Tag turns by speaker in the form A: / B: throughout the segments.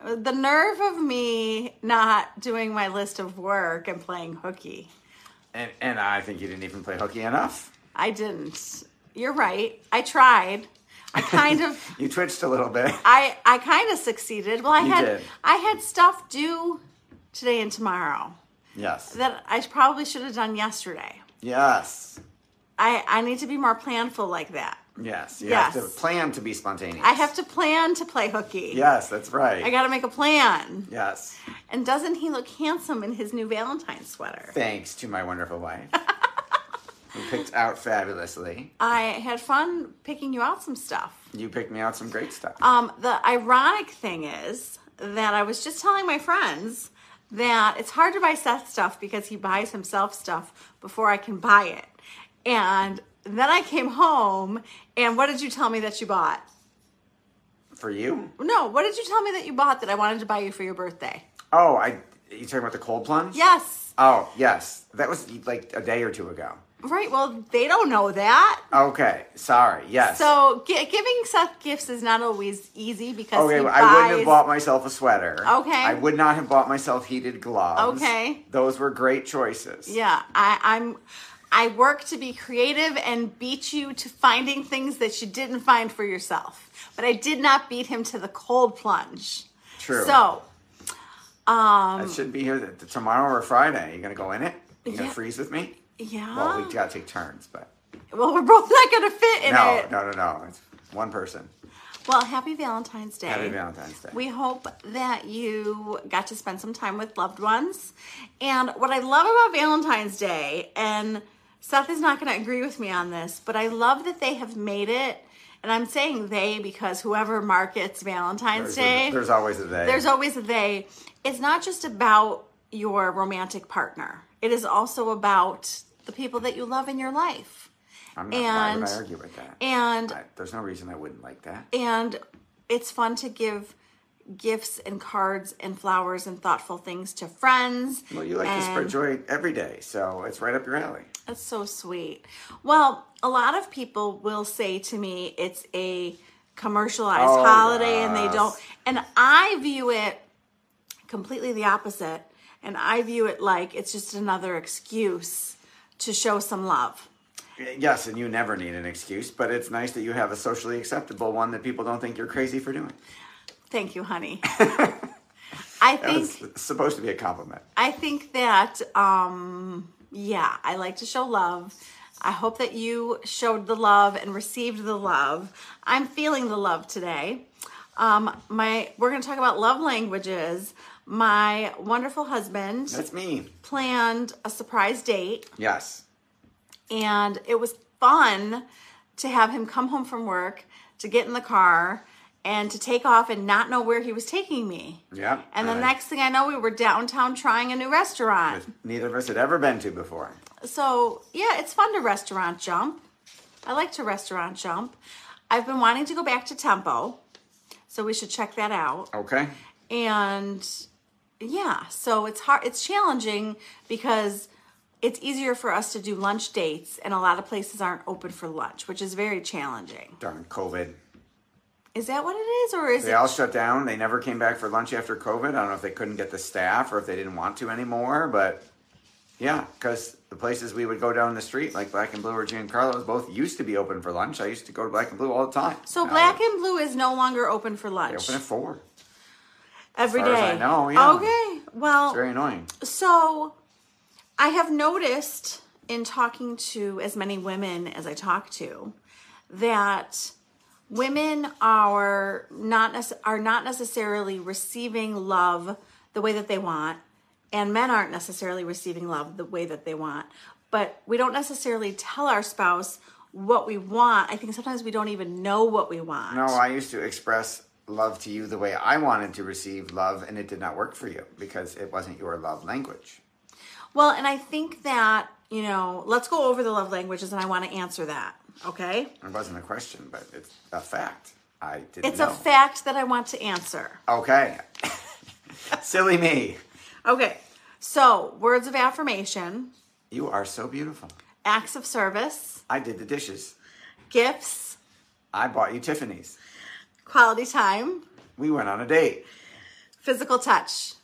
A: The nerve of me not doing my list of work and playing hooky.
B: And and I think you didn't even play hooky enough.
A: I didn't. You're right. I tried. I kind of
B: You twitched a little bit.
A: I I kind of succeeded. Well, I
B: You
A: had
B: did.
A: I had stuff due today and tomorrow
B: Yes.
A: that I probably should have done yesterday.
B: Yes.
A: I I need to be more planful like that.
B: Yes. You have
A: Yes.
B: to plan to be spontaneous.
A: I have to plan to play hooky.
B: Yes, that's right.
A: I got to make a plan.
B: yes.
A: And doesn't he look handsome in his new Valentine's sweater?
B: Thanks to my wonderful wife. who picked out fabulously.
A: I had fun picking you out some stuff.
B: You picked me out some great stuff.
A: Um, the ironic thing is that I was just telling my friends that it's hard to buy Seth stuff because he buys himself stuff before I can buy it. And then I came home, and what did you tell me that you bought?
B: For you?
A: No, what did you tell me that you bought that I wanted to buy you for your birthday?
B: Oh, I you talking about the cold plunge?
A: Yes.
B: Oh, yes. That was like a day or two ago.
A: Right. Well, they don't know that.
B: Okay. Sorry. Yes.
A: So gi- giving Seth gifts is not always easy because
B: Okay,
A: he
B: well,
A: buys.
B: I wouldn't have bought myself a sweater.
A: Okay.
B: I would not have bought myself heated gloves.
A: Okay.
B: Those were great choices.
A: Yeah, I, I'm. I work to be creative and beat you to finding things that you didn't find for yourself. But I did not beat him to the cold plunge.
B: True.
A: So, um,
B: That should be here th- tomorrow or Friday. You gonna go in it? You gonna
A: Yeah.
B: freeze with me?
A: yeah.
B: Well, we gotta take turns, but
A: Well, we're both not going to fit in
B: no,
A: it.
B: no, no, no. It's one person.
A: Well, happy Valentine's Day.
B: Happy Valentine's Day.
A: We hope that you got to spend some time with loved ones. And what I love about Valentine's Day, and Seth is not going to agree with me on this, but I love that they have made it. And I'm saying they because whoever markets
B: there's,
A: Valentine's Day,
B: a, there's always a day.
A: there's always a they. It's not just about your romantic partner, it is also about the people that you love in your life.
B: I'm not, why would
A: and-
B: I argue with that?
A: And
B: I- there's no reason I wouldn't like that.
A: and it's fun to give gifts and cards and flowers and thoughtful things to friends.
B: Well, you like to spread
A: and-
B: joy every day, so it's right up your alley.
A: That's so sweet. Well, a lot of people will say to me it's a commercialized
B: Oh,
A: holiday and they
B: yes.
A: don't and I view it completely the opposite and I view it like it's just another excuse to show some love.
B: Yes, and you never need an excuse, but it's nice that you have a socially acceptable one that people don't think you're crazy for doing.
A: Thank you, honey. I think
B: It's supposed to be a compliment.
A: I think that um yeah, I like to show love. I hope that you showed the love and received the love. I'm feeling the love today. Um my we're going to talk about love languages. My wonderful husband
B: That's me.
A: planned a surprise date
B: Yes.
A: and it was fun to have him come home from work, to get in the car and to take off and not know where he was taking me.
B: Yeah.
A: And the
B: I-
A: next thing I know, we were downtown trying a new restaurant.
B: neither of us had ever been to before.
A: So yeah, it's fun to restaurant jump. I like to restaurant jump. I've been wanting to go back to Tempo, so we should check that out.
B: Okay.
A: And yeah, so it's hard. It's challenging because it's easier for us to do lunch dates, and a lot of places aren't open for lunch, which is very challenging.
B: Darn COVID.
A: Is that what it is, or is
B: They
A: it?
B: all shut down. They never came back for lunch after COVID. I don't know if they couldn't get the staff or if they didn't want to anymore, but yeah, because the places we would go down the street, like Black and Blue or Giancarlo's, both used to be open for lunch. I used to go to Black and Blue all the time.
A: so
B: Now
A: black and blue is no longer open for
B: They
A: lunch
B: open at four.
A: every
B: far as I
A: day.
B: know, yeah.
A: Okay. Well,
B: Very annoying.
A: So I have noticed in talking to as many women as I talk to that women are not nece- are not necessarily receiving love the way that they want and men aren't necessarily receiving love the way that they want but we don't necessarily tell our spouse what we want i think sometimes we don't even know what we want
B: No, I used to express love to you the way I wanted to receive love, and it did not work for you because it wasn't your love language.
A: Well, and I think that, you know, let's go over the love languages and I want to answer that. Okay?
B: It wasn't a question, but it's a fact. I didn't
A: It's
B: know.
A: a fact that I want to answer.
B: Okay. Silly me.
A: Okay. So, words of affirmation,
B: You are so beautiful.
A: acts of service,
B: I did the dishes.
A: gifts,
B: I bought you Tiffany's.
A: quality time,
B: We went on a date.
A: physical touch.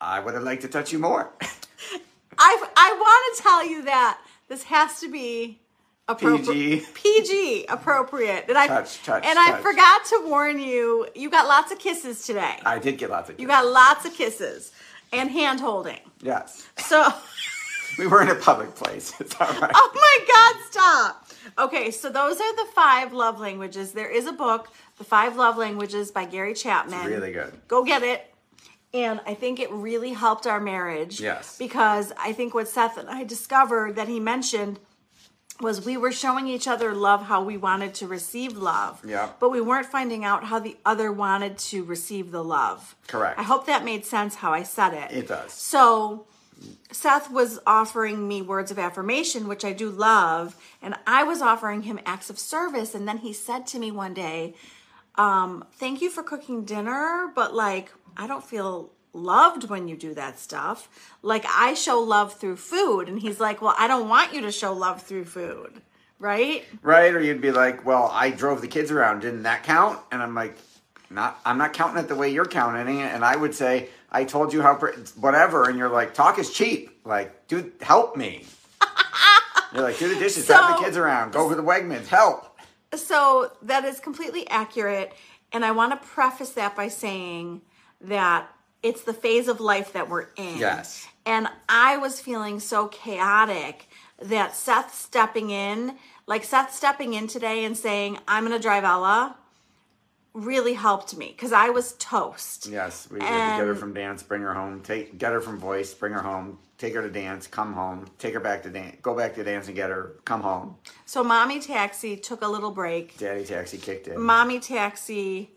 B: I would have liked to touch you more.
A: I I want to tell you that this has to be appropriate.
B: PG.
A: PG appropriate. And I
B: Touch, touch,
A: and I
B: touch.
A: forgot to warn you. You got lots of kisses today.
B: I did get lots of
A: you got lots of kisses and hand holding.
B: Yes.
A: So
B: We were in a public place. It's all right.
A: Oh my God, stop. Okay, so those are the five love languages. There is a book, The Five Love Languages by Gary Chapman.
B: really good.
A: Go get it. And I think it really helped our marriage.
B: Yes.
A: Because I think what Seth and I discovered that he mentioned was we were showing each other love how we wanted to receive love.
B: Yeah.
A: But we weren't finding out how the other wanted to receive the love.
B: Correct.
A: I hope that made sense how I said it.
B: It does.
A: So Seth was offering me words of affirmation, which I do love, and I was offering him acts of service. And then he said to me one day, um, Thank you for cooking dinner, but like, I don't feel loved when you do that stuff. Like, I show love through food. And he's like, Well, I don't want you to show love through food, right?
B: Right? Or you'd be like, well, I drove the kids around. Didn't that count? And I'm like, not, I'm not counting it the way you're counting it. And I would say, I told you how, pr- whatever. And you're like, talk is cheap. Like, dude, help me. you're like, do the dishes, drive
A: So-
B: the kids around, go over the Wegmans, help.
A: So that is completely accurate. And I want to preface that by saying that it's the phase of life that we're in.
B: Yes.
A: And I was feeling so chaotic that Seth stepping in, like Seth stepping in today and saying, I'm going to drive Ella, really helped me because I was toast.
B: Yes, we had to get her
A: And-
B: from dance, bring her home, take get her from voice, bring her home, take her to dance, come home, take her back to dance, go back to dance and get her, come home.
A: So Mommy Taxi took a little break.
B: Daddy taxi kicked in.
A: Mommy Taxi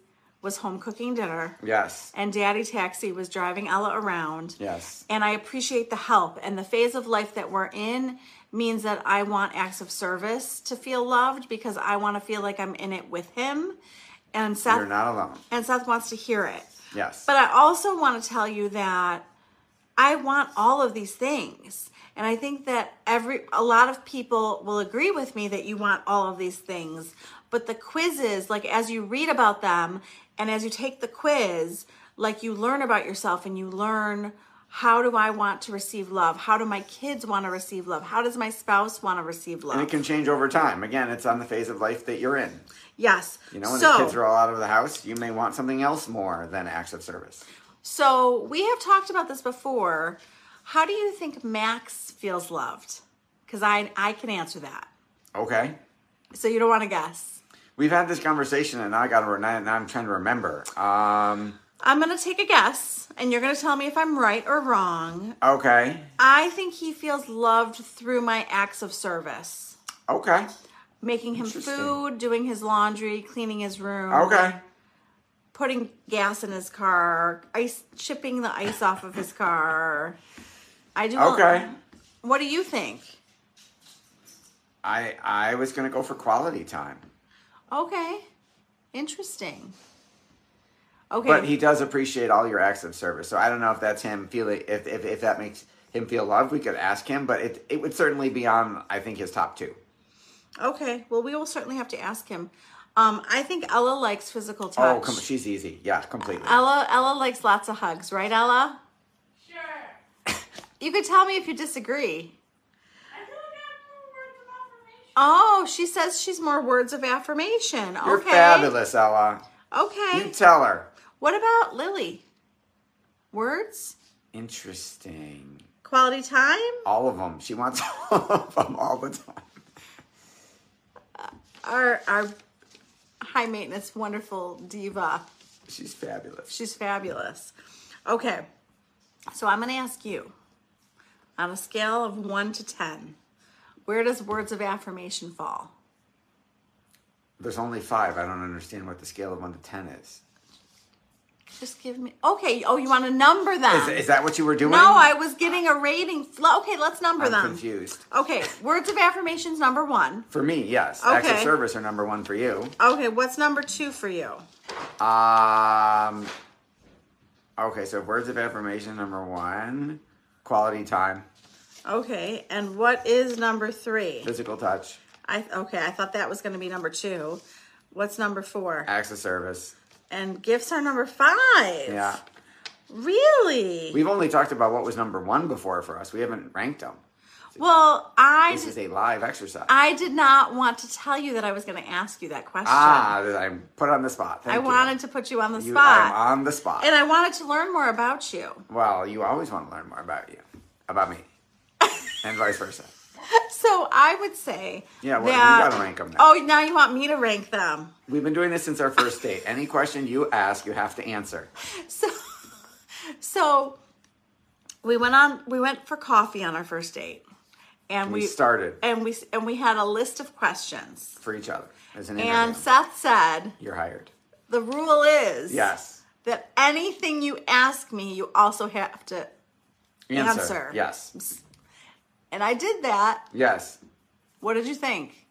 A: was home cooking dinner,
B: yes,
A: and Daddy Taxi was driving Ella around.
B: yes,
A: and I appreciate the help. And the phase of life that we're in means that I want acts of service to feel loved because I want to feel like I'm in it with him. And Seth
B: you're not alone.
A: and Seth wants to hear it.
B: Yes,
A: But I also want to tell you that I want all of these things. And I think that every a lot of people will agree with me that you want all of these things. But the quizzes, like as you read about them and as you take the quiz, like you learn about yourself and you learn how do I want to receive love? How do my kids want to receive love? How does my spouse want to receive
B: and
A: love?
B: it can change over time. Again, it's on the phase of life that you're in.
A: yes.
B: You know, when
A: so,
B: the kids are all out of the house, you may want something else more than acts of service.
A: so we have talked about this before. How do you think Max feels loved? Because I I can answer that.
B: Okay,
A: So you don't want to guess.
B: we've had this conversation, and I got to now now I'm trying to remember. Um,
A: I'm going to take a guess and you're going to tell me if I'm right or wrong.
B: okay,
A: I think he feels loved through my acts of service.
B: okay,
A: Making him
B: Interesting.
A: food, doing his laundry, cleaning his room,
B: okay.
A: putting gas in his car, ice chipping the ice off of his car. I do.
B: Okay.
A: What do you think?
B: I I was gonna go for quality time.
A: Okay. Interesting. Okay.
B: But he does appreciate all your acts of service. So I don't know if that's him feeling if if, if that makes him feel loved. We could ask him, but it it would certainly be on I think his top two.
A: Okay. Well, we will certainly have to ask him. Um, I think Ella likes physical touch. Oh,
B: Oh, come, she's easy. Yeah, completely.
A: Ella Ella likes lots of hugs, right, Ella?
C: Sure.
A: You could tell me if you disagree.
C: I feel like I have more words of affirmation.
A: Oh, she says she's more words of affirmation. Okay.
B: You're fabulous, Ella. You
A: Okay.
B: tell her.
A: What about Lily? Words?
B: Interesting.
A: Quality time?
B: All of them. She wants all of them all the time.
A: Our our high maintenance wonderful diva.
B: She's fabulous.
A: She's fabulous. Okay. So I'm going to ask you on a scale of 1 to 10, where does words of affirmation fall?
B: There's only five. I don't understand what the scale of one to ten is.
A: Just give me. Okay. Oh, you want to number them?
B: Is, is that what you were doing?
A: Um, no, I was getting a rating. Okay, let's number
B: I'm
A: them.
B: confused.
A: Okay, words of affirmations number one.
B: For me, yes. Acts of
A: Okay.
B: service are number one for you.
A: Okay, what's number two for you?
B: Um. Okay, so words of affirmation number one, quality time,
A: Okay, and what is number three?
B: physical touch,
A: I okay, I thought that was going to be number two. What's number four?
B: acts of service.
A: And gifts are number five.
B: Yeah,
A: Really?
B: we've only talked about what was number one before for us. We haven't ranked them.
A: well, I
B: This is
A: did,
B: a live exercise.
A: I did not want to tell you that I was going to ask you that question.
B: ah, I'm put on the spot. Thank
A: I
B: you.
A: wanted to put you on the
B: You,
A: spot,
B: I'm on the spot.
A: and I wanted to learn more about you.
B: well, you always want to learn more about you, about me, and vice versa.
A: So I would say,
B: Yeah, well, you
A: that-
B: gotta rank 'em now.
A: Oh, now you want me to rank them?
B: We've been doing this since our first date. Any question you ask, you have to answer.
A: So, so we went on. We went for coffee on our first date, and we,
B: We started
A: and we and we had a list of questions.
B: for each other as an
A: And
B: interview.
A: Seth said,
B: You're hired.
A: "The rule is
B: Yes.
A: that anything you ask me, you also have to."
B: Answer.
A: Answer.
B: Yes.
A: And I did that.
B: Yes.
A: What did you think?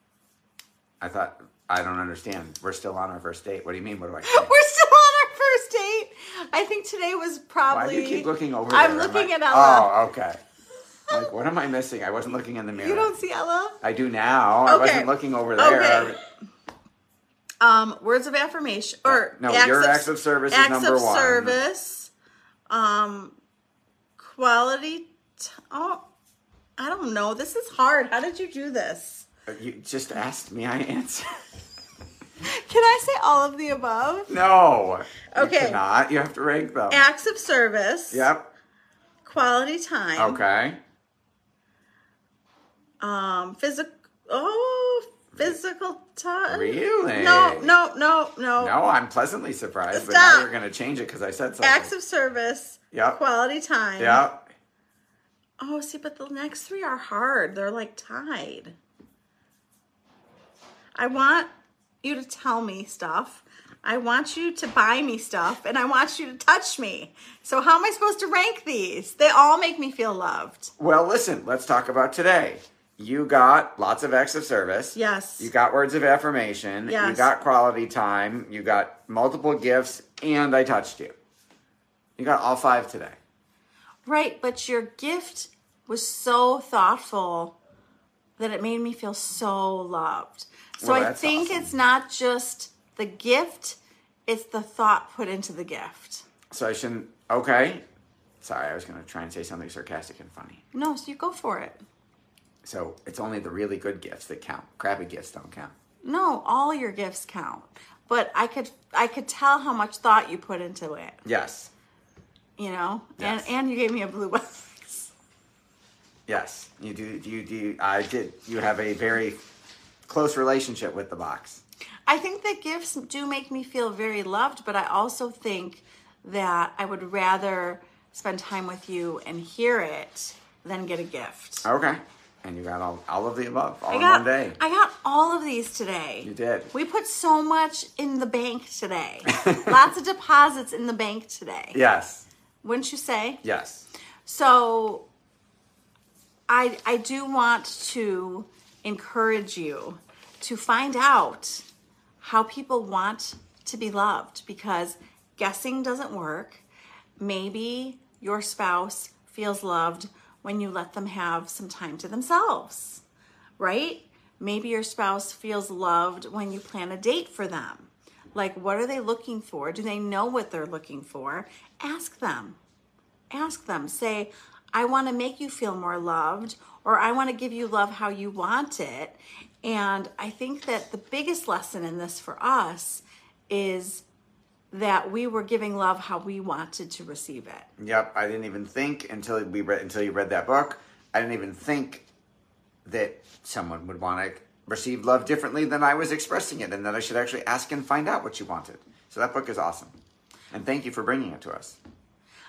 B: I thought I don't understand. We're still on our first date. What do you mean? What do I?
A: We're still on our first date. I think today was
B: Why
A: probably.
B: do you keep looking over?
A: I'm
B: there?
A: looking
B: like,
A: at Ella.
B: Oh, okay. Like, what am I missing? I wasn't looking in the mirror.
A: You don't see Ella?
B: I do now. I
A: Okay.
B: wasn't looking over there.
A: Okay. Um, words of affirmation or
B: Oh, No, your acts of service is
A: acts
B: number
A: of
B: one.
A: service, um, quality. T- oh, I don't know. This is hard. How did you do this?
B: You just asked me. I answered.
A: Can I say all of the above?
B: No. You
A: Okay.
B: cannot. You have to rank them.
A: Acts of service.
B: Yep.
A: Quality time.
B: Okay.
A: Um, physical. Oh, physical time.
B: Really?
A: No, no, no, no.
B: No, I'm pleasantly surprised, but now
A: Stop.
B: you're going to change it because I said something.
A: Acts of service.
B: Yep.
A: Quality time.
B: Yep.
A: Oh, see, but the next three are hard. They're like tied. I want you to tell me stuff. I want you to buy me stuff and I want you to touch me. So, how am I supposed to rank these? They all make me feel loved.
B: Well, listen, let's talk about today. You got lots of acts of service.
A: Yes.
B: You got words of affirmation. You
A: Yes.
B: got quality time. You got multiple gifts, and I touched you. You got all five today.
A: Right, but your gift was so thoughtful that it made me feel so loved. So,
B: Well,
A: I
B: that's
A: think
B: awesome.
A: it's not just the gift, it's the thought put into the gift.
B: So I shouldn't. Okay. Sorry, I was going to try and say something sarcastic and funny.
A: No, so you go for it.
B: So it's only the really good gifts that count. Crappy gifts don't count.
A: No, all your gifts count. But I could I could tell how much thought you put into it,
B: Yes.
A: you know?
B: Yes.
A: And and you gave me a blue box.
B: Yes. You do. You do. I did. You have a very close relationship with the box.
A: I think that gifts do make me feel very loved, but I also think that I would rather spend time with you and hear it than get a gift.
B: Okay. And you got all, all of the above all
A: I
B: in
A: got
B: one day.
A: I got all of these today.
B: You did.
A: We put so much in the bank today. Lots of deposits in the bank today.
B: Yes.
A: Wouldn't you say?
B: Yes.
A: So I I do want to encourage you to find out how people want to be loved because guessing doesn't work. Maybe your spouse feels loved when you let them have some time to themselves, right? Maybe your spouse feels loved when you plan a date for them. Like, what are they looking for? Do they know what they're looking for? Ask them. Ask them. Say, I want to make you feel more loved, or I want to give you love how you want it. And I think that the biggest lesson in this for us is that we were giving love how we wanted to receive it.
B: Yep, I didn't even think until we read until you read that book. I didn't even think that someone would want to receive love differently than I was expressing it, and that I should actually ask and find out what you wanted. So that book is awesome, and thank you for bringing it to us.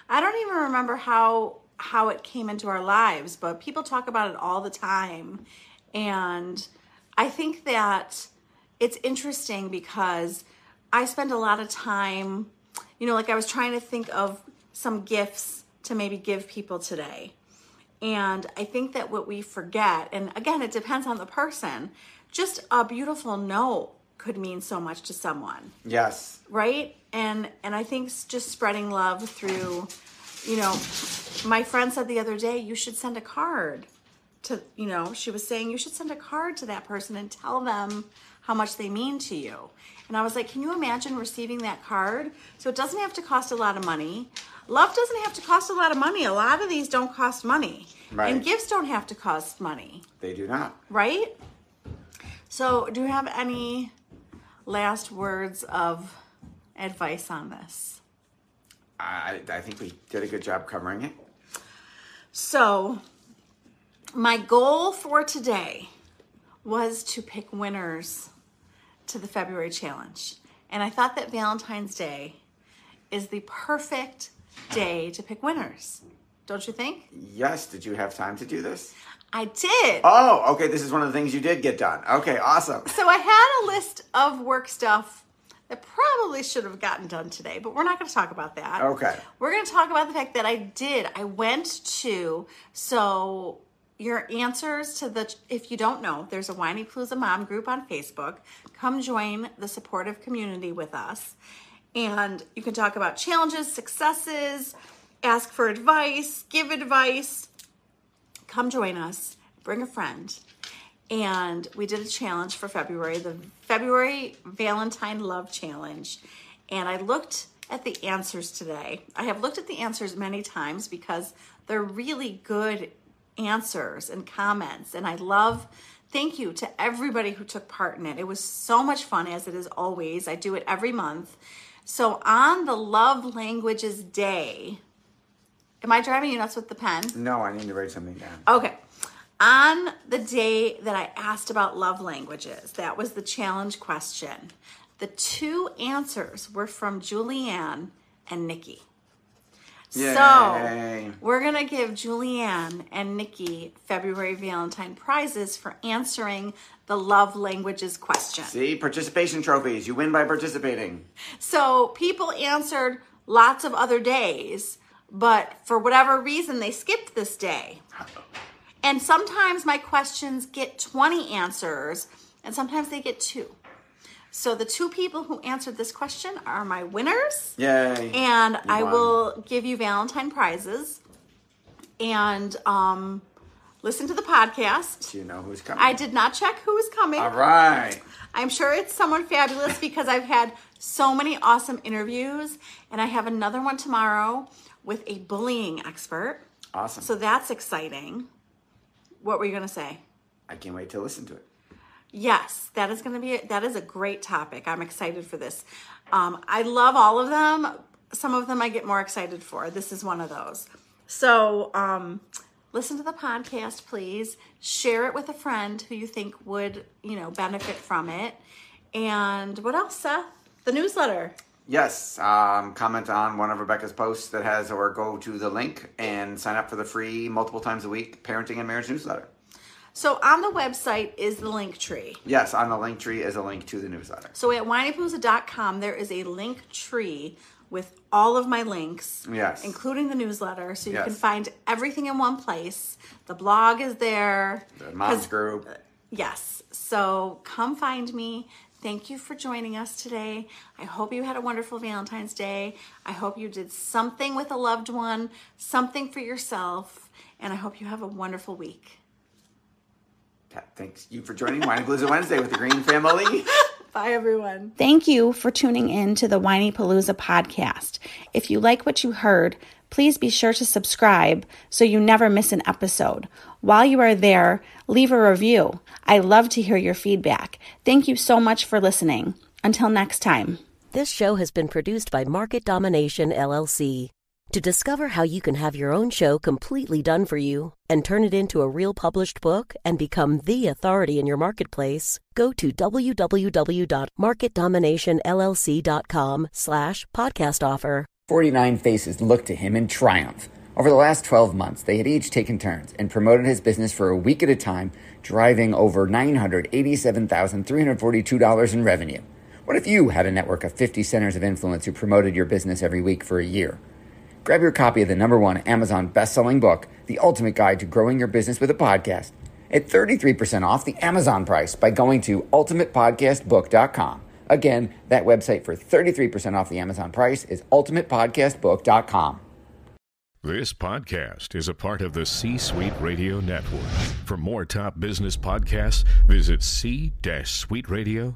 A: I don't even remember how how it came into our lives, but people talk about it all the time. And I think that it's interesting because I spend a lot of time, you know, like I was trying to think of some gifts to maybe give people today. And I think that what we forget, and again, it depends on the person, just a beautiful note could mean so much to someone
B: Yes,
A: right and and i think s- just spreading love through you know my friend said the other day you should send a card to you know she was saying you should send a card to that person and tell them how much they mean to you and i was like can you imagine receiving that card so it doesn't have to cost a lot of money love doesn't have to cost a lot of money a lot of these don't cost money
B: Right.
A: and gifts don't have to cost money
B: they do not.
A: right? So, do you have any last words of advice on this?
B: I, I think we did a good job covering it.
A: So, my goal for today was to pick winners to the February challenge. And I thought that Valentine's Day is the perfect day to pick winners. Don't you think?
B: Yes, did you have time to do this?
A: I did.
B: Oh, okay. This is one of the things you did get done. Okay, awesome.
A: So I had a list of work stuff that probably should have gotten done today, but we're not going to talk about that.
B: Okay.
A: We're going to talk about the fact that I did. I went to so your answers to the if you don't know, there's a Whiny Palooza Mom group on Facebook. Come join the supportive community with us. And you can talk about challenges, successes, ask for advice, give advice. Come join us. Bring a friend and we did a challenge for February, the February Valentine Love Challenge. And I looked at the answers today. I have looked at the answers many times because they're really good answers and comments. And I love, thank you to everybody who took part in it. It was so much fun, as it is always. I do it every month. So on the Love Languages Day, am I driving you nuts with the pen?
B: No, I need to write something down.
A: Okay. On the day that I asked about love languages, that was the challenge question. The two answers were from Julianne and Nikki.
B: Yay.
A: So we're going to give Julianne and Nikki February Valentine prizes for answering the love languages question.
B: See, participation trophies. You win by participating.
A: So people answered lots of other days, but for whatever reason, they skipped this day. And sometimes my questions get 20 answers, and sometimes they get two. So the two people who answered this question are my winners,
B: Yay.
A: and I
B: won.
A: will give you Valentine prizes. And um, listen to the podcast.
B: Do you know who's coming?
A: I did not check who was coming.
B: All right.
A: I'm sure it's someone fabulous because I've had so many awesome interviews, and I have another one tomorrow with a bullying expert.
B: Awesome.
A: So that's exciting. What were you going to say?
B: I can't wait to listen to it.
A: Yes, that is going to be that is a great topic. I'm excited for this. Um, I love all of them. Some of them I get more excited for. This is one of those. So um, listen to the podcast, please. Share it with a friend who you think would you know benefit from it. And what else, Seth? The newsletter.
B: Yes, um, comment on one of Rebecca's posts that has, or go to the link and sign up for the free multiple times a week parenting and marriage newsletter.
A: So on the website is the link tree.
B: Yes, on the link tree is a link to the newsletter.
A: So at wineypalooza.com, there is a link tree with all of my links,
B: Yes.
A: including the newsletter. So you
B: Yes.
A: can find everything in one place. The blog is there.
B: The mom's
A: 'Cause-
B: group.
A: Yes. So come find me.
D: Thank you for joining us today. I hope you had a wonderful Valentine's Day. I hope you did something with a loved one, something for yourself, and I hope you have a wonderful week.
E: Pat, thanks you for joining Wine Palooza Wednesday with the Green family.
D: Bye, everyone. Thank you for tuning in to the Whiny Palooza podcast. If you like what you heard, please be sure to subscribe so you never miss an episode. While you are there, leave a review. I love to hear your feedback. Thank you so much for listening. Until next time.
F: This show has been produced by Market Domination LLC. To discover how you can have your own show completely done for you and turn it into a real published book and become the authority in your marketplace, go to www.marketdominationllc.com slash podcast offer.
B: 49 faces looked to him in triumph. Over the last 12 months, they had each taken turns and promoted his business for a week at a time, driving over $987,342 in revenue. What if you had a network of 50 centers of influence who promoted your business every week for a year? Grab your copy of the number one Amazon best-selling book, The Ultimate Guide to Growing Your Business with a Podcast, at 33% off the Amazon price by going to ultimatepodcastbook.com. Again, that website for 33% off the Amazon price is ultimatepodcastbook.com.
G: This podcast is a part of the C Suite Radio Network. For more top business podcasts, visit c-suiteradio.com.